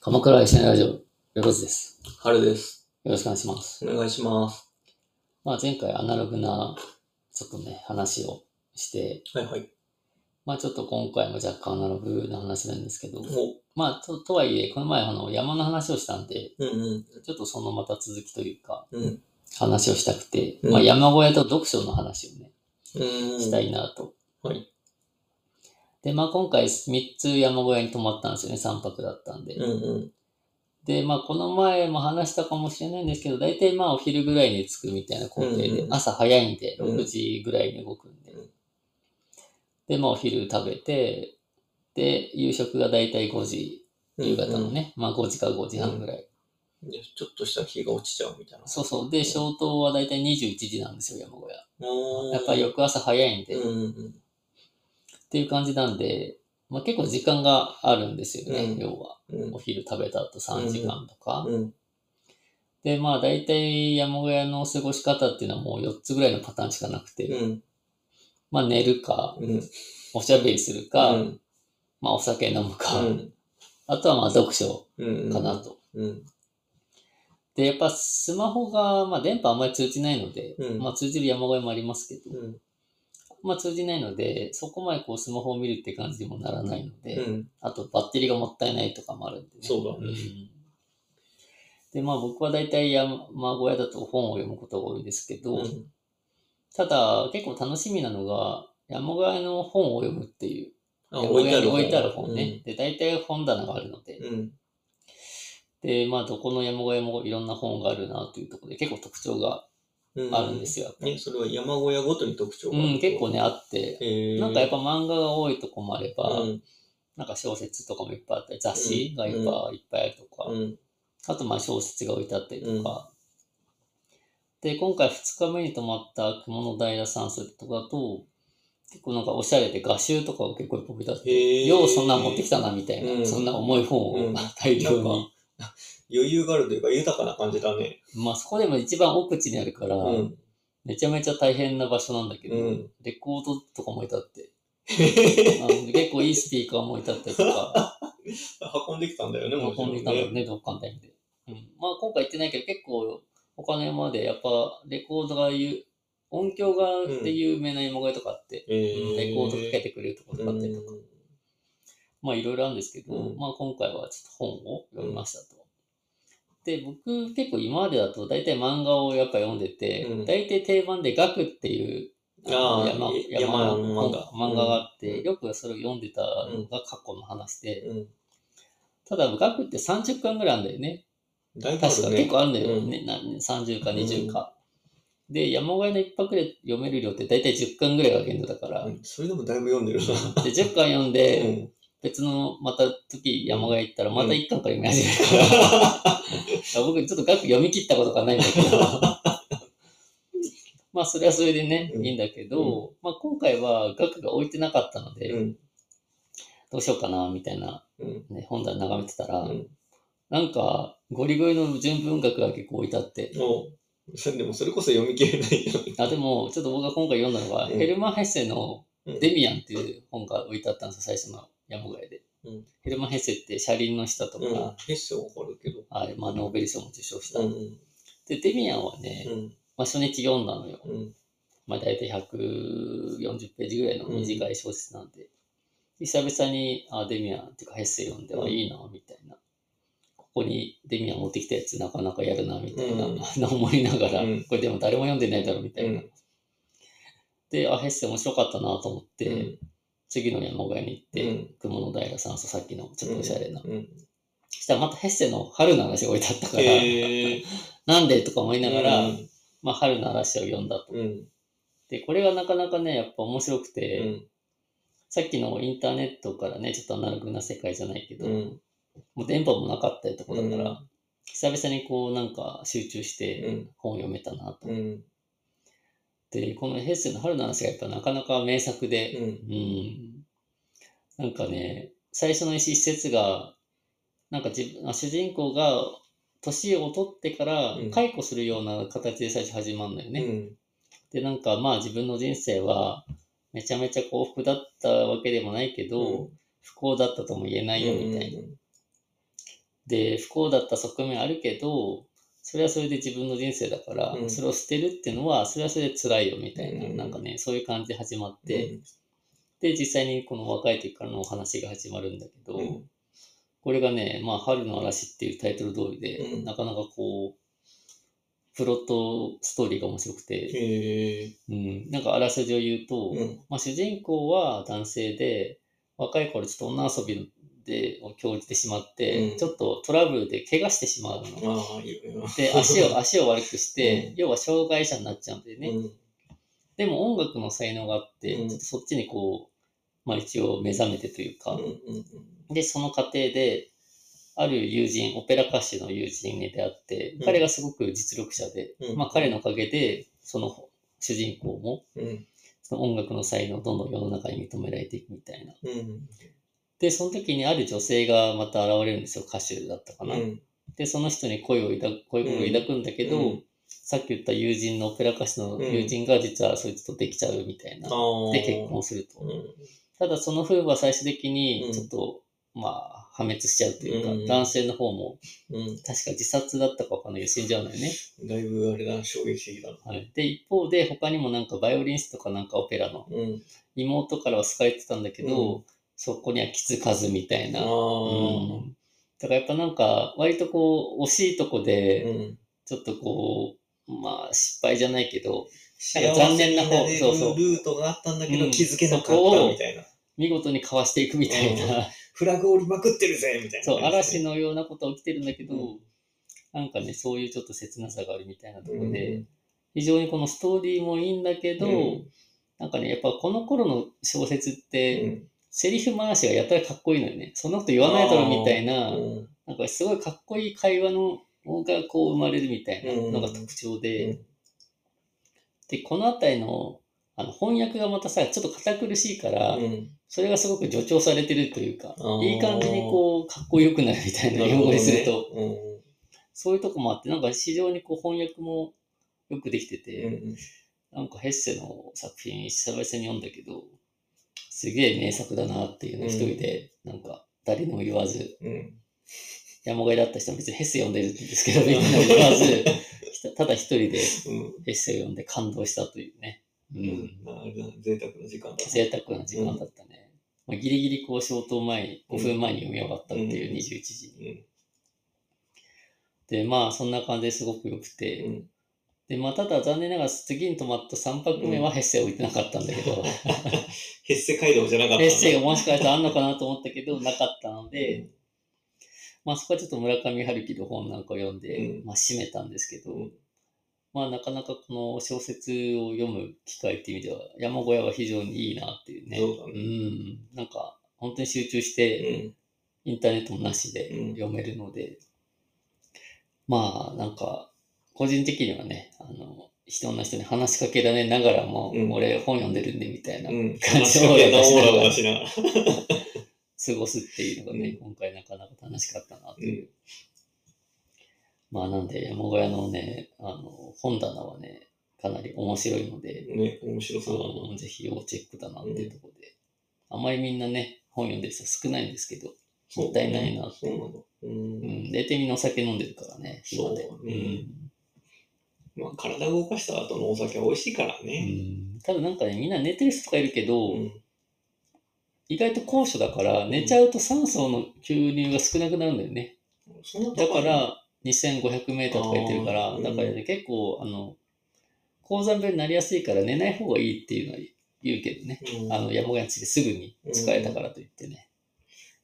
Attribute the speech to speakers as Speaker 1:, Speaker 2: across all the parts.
Speaker 1: 鎌倉一緒にラジオ、よろずです。
Speaker 2: 春です。
Speaker 1: よろしくお願いします。
Speaker 2: お願いします。
Speaker 1: まあ前回アナログな、ちょっとね、話をして、
Speaker 2: はいはい。
Speaker 1: まあちょっと今回も若干アナログな話なんですけど、
Speaker 2: お、
Speaker 1: まあととはいえ、この前あの山の話をしたんで、
Speaker 2: うんうん。
Speaker 1: ちょっとそのまた続きというか、
Speaker 2: うん。
Speaker 1: 話をしたくて、
Speaker 2: うん
Speaker 1: まあ山小屋と読書の話をね、
Speaker 2: うん。
Speaker 1: したいなと。
Speaker 2: はい。
Speaker 1: で、まあ今回3つ山小屋に泊まったんですよね、3泊だったんで。
Speaker 2: うんうん。
Speaker 1: で、まあ、この前も話したかもしれないんですけど、大体まあ、お昼ぐらいに着くみたいな工程で、
Speaker 2: うんうん
Speaker 1: 朝早いんで、
Speaker 2: うん
Speaker 1: 6時ぐらいに動くんで。
Speaker 2: うん
Speaker 1: で、まあ、お昼食べて、で、夕食が大体5時、夕方の。ね、まあ、5時か5時半ぐらい。
Speaker 2: いやちょっとした日が落ちちゃうみたいな。
Speaker 1: そうそう。で、消灯は大体21時なんですよ、山小屋。
Speaker 2: う
Speaker 1: やっぱり翌朝早いんで、
Speaker 2: うん
Speaker 1: っ
Speaker 2: うん
Speaker 1: ていう感じなんで、まあ、結構時間があるんですよね、
Speaker 2: うん
Speaker 1: 要は。
Speaker 2: うん
Speaker 1: お昼食べた後3時間とか。
Speaker 2: うん。
Speaker 1: で、まあ大体山小屋の過ごし方っていうのはもう4つぐらいのパターンしかなくて、
Speaker 2: うん。
Speaker 1: まあ寝るか、
Speaker 2: うん。
Speaker 1: おしゃべりするか、
Speaker 2: うん。
Speaker 1: まあお酒飲むか、
Speaker 2: うん。
Speaker 1: あとはまあ読書
Speaker 2: うん。
Speaker 1: かな。と。
Speaker 2: うん。
Speaker 1: で、やっぱスマホが、まあ電波あんまり通じないので、
Speaker 2: うん
Speaker 1: まあ通じる山小屋もありますけど、
Speaker 2: うん。
Speaker 1: まあ通じないので、そこまでこうスマホを見るって感じにもならないので、
Speaker 2: うん。
Speaker 1: あとバッテリーがもったいないとかもあるんでね。
Speaker 2: そうだね
Speaker 1: んで、まあ僕は大体山小屋だと本を読むことが多いんですけど、
Speaker 2: うん。
Speaker 1: ただ、結構楽しみなのが、山小屋の本を読むっていう。
Speaker 2: あ、
Speaker 1: 山小
Speaker 2: 置いて
Speaker 1: 屋
Speaker 2: あ
Speaker 1: に
Speaker 2: る。
Speaker 1: 置いてある本ね。。で、大体本棚があるので。
Speaker 2: うん。
Speaker 1: で、まあ、どこの山小屋もいろんな本があるなというところで、結構特徴が
Speaker 2: うん。
Speaker 1: あるんで。すよ。
Speaker 2: ね、それは山小屋ごとに特徴
Speaker 1: うん、結構。ね、あって。
Speaker 2: ええ。
Speaker 1: なんかやっ
Speaker 2: ぱ、
Speaker 1: ぱ漫画が多いとこもあれば、
Speaker 2: うん。
Speaker 1: なんか小説とかもいっぱいあったり、雑誌がいっぱい,、いっぱいあるとか、
Speaker 2: うん。
Speaker 1: あとまあ小説が置いてあったりとか。で、今回2日目に泊まった雲の平山水とかだと、結構なんかおしゃれで画集とかを結構いっぱい置いてあって、
Speaker 2: へえ。
Speaker 1: ようそんなん持ってきたなみたいな、
Speaker 2: うん
Speaker 1: そんな重い本を、
Speaker 2: うん
Speaker 1: 大量
Speaker 2: なんか
Speaker 1: に。
Speaker 2: 余裕があるというか、豊かな感じだね。
Speaker 1: まあそこでも一番奥地にあるから、
Speaker 2: うん。
Speaker 1: めちゃめちゃ大変な場所なんだけど、
Speaker 2: うん
Speaker 1: レコードとかも置いてあって、あの結構いいスピーカーも置いてあったりとか、
Speaker 2: 運んできたんだよね、もちろ
Speaker 1: 運ん
Speaker 2: ん
Speaker 1: でたんだよね、どっかのタイミングで。うん、まあ今回行ってないけど、結構他の山でやっぱレコードがいう、音響がで有名な山小屋とかあって、
Speaker 2: え
Speaker 1: うん
Speaker 2: ー
Speaker 1: レコードかけてくれるところとかあったりとか、
Speaker 2: うん
Speaker 1: まあいろいろあるんですけど、
Speaker 2: うん
Speaker 1: まあ今回はちょっと本を読みましたと。で、僕結構今までだと大体漫画をやっぱ読んでて、
Speaker 2: うん
Speaker 1: 大体定番でガクっていうあの
Speaker 2: あー
Speaker 1: 山
Speaker 2: え
Speaker 1: 山の
Speaker 2: 山の漫画
Speaker 1: 本漫画があって、
Speaker 2: うん
Speaker 1: よくそれを読んでたのが過去の話で、
Speaker 2: うん
Speaker 1: ただガクって30巻ぐらいあるんだよね。
Speaker 2: だいぶあ
Speaker 1: 確か
Speaker 2: るね。
Speaker 1: 結構あるんだよ
Speaker 2: うん
Speaker 1: ね。な30か20か。で、山小屋の一泊で読める量って大体10巻ぐらいが限度だから、
Speaker 2: うんそれでもだいぶ読んでるな。
Speaker 1: で10巻読ん
Speaker 2: う
Speaker 1: で、
Speaker 2: ん
Speaker 1: 別のまた時山小屋行ったらまた
Speaker 2: うん
Speaker 1: 1巻から読み始 めるから、あ僕ちょっと額読み切ったことがないんだけ どまあそれはそれでね、
Speaker 2: うん
Speaker 1: いいんだけど、まあ、今回は額が置いてなかったので、
Speaker 2: うん
Speaker 1: どうしようかなみたいな、
Speaker 2: うん
Speaker 1: ね、本棚眺めてたら、
Speaker 2: うん
Speaker 1: なんかゴリゴリの純文学が結構置いてあって
Speaker 2: もうそれでもそれこそ読み切れないよね。
Speaker 1: あでもちょっと僕が今回読んだのは、
Speaker 2: うん
Speaker 1: ヘルマン・ヘッセの
Speaker 2: う
Speaker 1: 「
Speaker 2: ん
Speaker 1: デミアン」っていう本が置いてあったんですよ最初の山小屋で、
Speaker 2: うん
Speaker 1: ヘルマン・ヘッセって車輪の下とか、
Speaker 2: うん。筆者わかるけど。
Speaker 1: あれまあ、ノーベル賞も受賞した、
Speaker 2: うん
Speaker 1: でデミアンはね、
Speaker 2: うん
Speaker 1: まあ、初日読んだのよ
Speaker 2: うん
Speaker 1: まあ、大体140ページぐらいの短い小説なんで、久々にあデミアンっていうかヘッセ読んで、
Speaker 2: うん
Speaker 1: あいいなみたいなここにデミアン持ってきたやつなかなかやるなみたいな、
Speaker 2: うん
Speaker 1: 思いながら、
Speaker 2: うん
Speaker 1: これでも誰も読んでないだろうみたいな、
Speaker 2: うん
Speaker 1: であヘッセ面白かったなと思って、
Speaker 2: うん
Speaker 1: 次の山小屋に行って、
Speaker 2: うん
Speaker 1: 雲の平さんとさっきのちょっとおしゃれな、
Speaker 2: うん
Speaker 1: そしたらまたヘッセの春の話が置いてあったから、
Speaker 2: へー
Speaker 1: なんでとか思いながら、
Speaker 2: うん
Speaker 1: まあ、春の話を読んだと。
Speaker 2: うん
Speaker 1: でこれがなかなかねやっぱ面白くて、
Speaker 2: うん
Speaker 1: さっきのインターネットからね、ちょっとアナログな世界じゃないけど、
Speaker 2: うん
Speaker 1: もう電波もなかったりとかだから、
Speaker 2: うん
Speaker 1: 久々にこうなんか集中し
Speaker 2: う
Speaker 1: て
Speaker 2: ん
Speaker 1: 本を読めたなと。
Speaker 2: うん
Speaker 1: で、このヘッセンの春の話がやっぱなかなか名作で、
Speaker 2: うん
Speaker 1: うん、なんかね、最初の一節が、なんか自分あ主人公が年を取ってから
Speaker 2: うん
Speaker 1: 解雇するような形で最初始まるのよね。
Speaker 2: うん
Speaker 1: で、なんかまあ自分の人生はめちゃめちゃ幸福だったわけでもないけど、不幸だったとも言えないよみたいな。
Speaker 2: うん
Speaker 1: で、不幸だった側面あるけど、それはそれで自分の人生だから、
Speaker 2: うん
Speaker 1: それを捨てるっていうのは、それはそれで辛いよみたいな、
Speaker 2: うん
Speaker 1: なんかね、そういう感じで始まって、で、実際にこの若い時からのお話が始まるんだけど、
Speaker 2: うん
Speaker 1: これがね、まあ、春の嵐っていうタイトル通りで、
Speaker 2: うん
Speaker 1: なかなかこう、プロットストーリーが面白くて、
Speaker 2: へえ
Speaker 1: うん、なんかあらすじを言うと、
Speaker 2: うん
Speaker 1: まあ、主人公は男性で、若い頃ちょっと女遊びでを興じてしまって、
Speaker 2: うん
Speaker 1: ちょっとトラブルで怪我してしまうの。
Speaker 2: ああいいよな
Speaker 1: で、足 を、足を悪くして、
Speaker 2: うん
Speaker 1: 要は障害者になっちゃうんだよね。
Speaker 2: うん
Speaker 1: でも音楽の才能があって、
Speaker 2: うん
Speaker 1: ちょっとそっちにこう、まあ一応目覚めてというか、
Speaker 2: うんうん
Speaker 1: で、その過程で、ある友人、オペラ歌手の友人に出会って
Speaker 2: う、ん
Speaker 1: 彼がすごく実力者で、
Speaker 2: うん
Speaker 1: まあ彼のおかげで、その主人公も、
Speaker 2: うん
Speaker 1: その音楽の才能をどんどん世の中に認められていくみたいな。
Speaker 2: うん
Speaker 1: で、その時にある女性がまた現れるんですよ、歌手だったか
Speaker 2: う
Speaker 1: な。
Speaker 2: ん
Speaker 1: で、その人に恋を抱く、恋を抱くんだけど、
Speaker 2: うん
Speaker 1: さっき言った友人のオペラ歌手の友人が実はそいつとできちゃうみたいな。
Speaker 2: ああ
Speaker 1: で、結婚すると。
Speaker 2: うん
Speaker 1: ただその夫婦は最終的
Speaker 2: う
Speaker 1: に
Speaker 2: ん
Speaker 1: ちょっと、まあ破滅しちゃうというか、
Speaker 2: うん
Speaker 1: 男性の方も
Speaker 2: うん
Speaker 1: 確か自殺だったかわかんないけど死んじゃうのよね、
Speaker 2: だいぶあれだ衝撃的だな
Speaker 1: はい、で一方で他にもなんかバイオリニストかなんかオペラの
Speaker 2: うん
Speaker 1: 妹からは好かれてたんだけど、
Speaker 2: う
Speaker 1: そこには気づかずみたい
Speaker 2: あ
Speaker 1: な、う
Speaker 2: あ
Speaker 1: んだからやっぱなんか割とこう惜しいとこで
Speaker 2: うん
Speaker 1: ちょっとこうまあ失敗じゃないけど
Speaker 2: 幸
Speaker 1: なんか残念な方
Speaker 2: せに
Speaker 1: そう
Speaker 2: れ
Speaker 1: そう
Speaker 2: るルートがあったんだけ
Speaker 1: うん
Speaker 2: ど気づけなかった
Speaker 1: そこを
Speaker 2: みたいな
Speaker 1: 見事にかわしていくみたいな、
Speaker 2: うフラグ折りまくってるぜみたいな
Speaker 1: そう、
Speaker 2: 感じ
Speaker 1: 嵐
Speaker 2: で
Speaker 1: のようなことは起きてるんだけど、
Speaker 2: うん
Speaker 1: なんかね、そういうちょっと切なさがあるみたいなとこ
Speaker 2: う
Speaker 1: ろ
Speaker 2: ん
Speaker 1: で、非常にこのストーリーもいいんだけど、
Speaker 2: うん
Speaker 1: なんかね、やっぱこの頃の小説っ
Speaker 2: う
Speaker 1: て、
Speaker 2: ん
Speaker 1: セリフ回しがやたらかっこいいのよね。そんなこと言わないだろみたいな、
Speaker 2: うん
Speaker 1: なんかすごいかっこいい会話のがこう生まれるみたいなのが特徴で、
Speaker 2: うん
Speaker 1: で、この辺りのあの翻訳がまたさ、ちょっと堅苦しいから、
Speaker 2: うん
Speaker 1: それがすごく助長されてるというか
Speaker 2: あ、ー
Speaker 1: いい感じにこう、かっこよくなるみたいな用 語にすると。
Speaker 2: うん
Speaker 1: そういうとこもあって、なんか非常にこう翻訳もよくできてて、
Speaker 2: うん
Speaker 1: なんかヘッセの作品久々に読んだけど、すげえ名作だなっていうのを
Speaker 2: うん
Speaker 1: 一人で、なんか誰にも言わず、
Speaker 2: うん
Speaker 1: 山小屋だった人は別にヘッセ読んでるんですけど、みんなに言 わず、ひたただ一人で
Speaker 2: うん
Speaker 1: ヘッセを読んで感動したというね。う。
Speaker 2: うんんあれだ贅沢な時間だ
Speaker 1: 贅沢な時間だったね。まあ、ギリギリこう消灯前に、5分前に読み終わったっていう
Speaker 2: うん
Speaker 1: 21時に。
Speaker 2: うん
Speaker 1: で、まあそんな感じですごく良くて、
Speaker 2: うん
Speaker 1: で、まあ、ただ残念ながら次に泊まった3泊目はヘッセ置いてなかったんだけ ど、
Speaker 2: ヘッセ街道じゃなかったん
Speaker 1: ヘッ
Speaker 2: だ
Speaker 1: セがもしかしたらあんのかなと思ったけど、なかったので、まあ、そこはちょっと村上春樹の本なんかを読んで、
Speaker 2: うん
Speaker 1: まあ、締めたんですけど、
Speaker 2: うん
Speaker 1: まあ、なかなかこの小説を読む機会っていう意味では、山小屋は非常にいいなっていうね。
Speaker 2: そうだね
Speaker 1: ん。なんか、本当に集中して、インターネットもなしで
Speaker 2: うん
Speaker 1: 読めるので、まあ、なんか、個人的にはね、あの、いろんな人に話しかけられながらも、
Speaker 2: うん
Speaker 1: 俺本読んでるんで、みたいな、
Speaker 2: うんうん
Speaker 1: 感じの
Speaker 2: オ
Speaker 1: オー
Speaker 2: ー
Speaker 1: ラ
Speaker 2: ラ
Speaker 1: を出しながら
Speaker 2: を出しながら
Speaker 1: 過ごすっていうのがね、
Speaker 2: うん
Speaker 1: 今回なかなか楽しかったなという。まあ、なんで、山小屋のね、あの、本棚はね、かなり面白いので、
Speaker 2: ね面白
Speaker 1: あ
Speaker 2: そうだな
Speaker 1: のぜひ要チェックだなっていうところで、あまりみんなね、本読んでる人少ないんですけど、もったいないなって
Speaker 2: そうなんだうん
Speaker 1: うん、出てみのお酒飲んでるからね、暇で。
Speaker 2: そうねまあ体を動かした後のお酒は美味しいから
Speaker 1: う
Speaker 2: ね
Speaker 1: んただなんかね、みんな寝てる人とかいるけど、
Speaker 2: うん
Speaker 1: 意外と高所だから、寝ちゃうと酸素の吸入が少なくなるんだよね。
Speaker 2: そんな
Speaker 1: だ
Speaker 2: 高
Speaker 1: か
Speaker 2: い
Speaker 1: ら、2500メーターとか言ってるから、
Speaker 2: あー
Speaker 1: だからね、結構、あの、高山病になりやすいから寝ない方がいいっていうのは言うけどね。
Speaker 2: うん
Speaker 1: あの、山小屋についてすぐに使えたからといってね。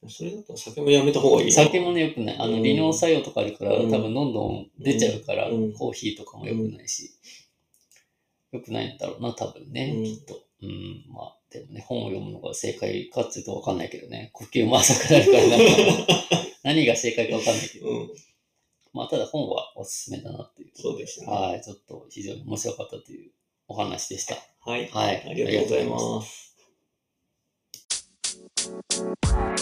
Speaker 2: それだと酒もやめた方がいいな
Speaker 1: 酒もね、良くない。あ
Speaker 2: う
Speaker 1: の、
Speaker 2: ん
Speaker 1: 利尿作用とかあるから、
Speaker 2: うん
Speaker 1: 多分どんどん出ちゃうから、
Speaker 2: うん
Speaker 1: コーヒーとかも良くないし、良くないんだろうな、多分ね、
Speaker 2: うん
Speaker 1: きっと。うん、まあ、でもね、本を読むのが正解かっていうと分かんないけどね、呼吸も浅くなるから、 なんか何が正解か分かんないけど、
Speaker 2: うん
Speaker 1: まあ、ただ本はおすすめだなっていう。
Speaker 2: そうですね
Speaker 1: はい、ちょっと非常に面白かったというお話でした。
Speaker 2: はい
Speaker 1: はい、
Speaker 2: ありがとうございます